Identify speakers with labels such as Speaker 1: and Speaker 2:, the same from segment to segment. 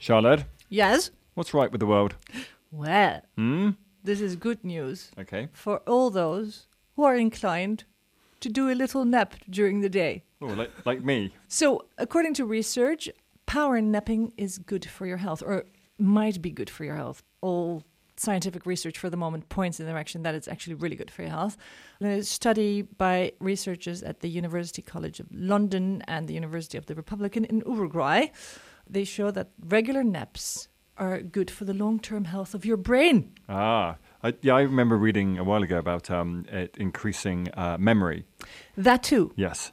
Speaker 1: Charlotte,
Speaker 2: Yes?
Speaker 1: what's right with the world?
Speaker 2: Well,
Speaker 1: Hmm?
Speaker 2: this is good news
Speaker 1: Okay.
Speaker 2: for all those who are inclined to do a little nap during the day.
Speaker 1: Oh, like, like me.
Speaker 2: So, according to research, power napping is good for your health, or might be good for your health. All scientific research for the moment points in the direction that it's actually really good for your health. A study by researchers at the University College of London and the University of the Republic in Uruguay, they show that regular naps are good for the long-term health of your brain.
Speaker 1: Ah, I, yeah, I remember reading a while ago about um, it increasing uh, memory.
Speaker 2: That too,
Speaker 1: Yes.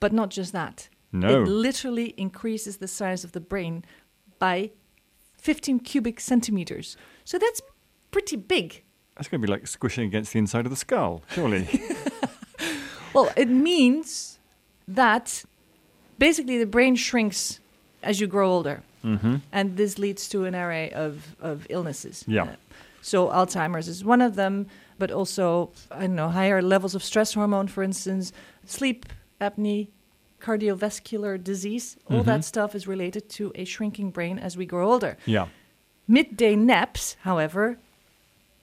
Speaker 2: but not just that.
Speaker 1: No.
Speaker 2: It literally increases the size of the brain by 15 cubic centimeters. So that's pretty big.
Speaker 1: That's going to be like squishing against the inside of the skull, surely.
Speaker 2: Well, it means that basically the brain shrinks as you grow older. Mm-hmm. And this leads to an array of, of illnesses. Uh,
Speaker 1: Yeah.
Speaker 2: so Alzheimer's is one of them, but also, I don't know, higher levels of stress hormone, for instance, sleep apnea, cardiovascular disease, all that stuff is related to a shrinking brain as we grow older.
Speaker 1: yeah.
Speaker 2: Midday naps, however,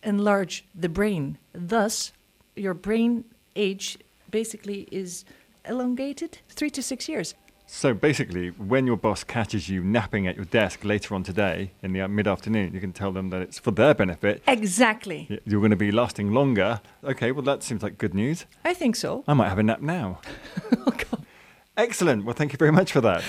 Speaker 2: enlarge the brain. Thus, your brain age basically is elongated three to six years.
Speaker 1: So basically, when your boss catches you napping at your desk later on today in the uh, mid afternoon, you can tell them that it's for their benefit.
Speaker 2: Exactly.
Speaker 1: Y- You're going to be lasting longer. Okay, well, that seems like good news.
Speaker 2: I think so.
Speaker 1: I might have a nap now.
Speaker 2: Oh, God.
Speaker 1: Excellent. Well, thank you very much for that.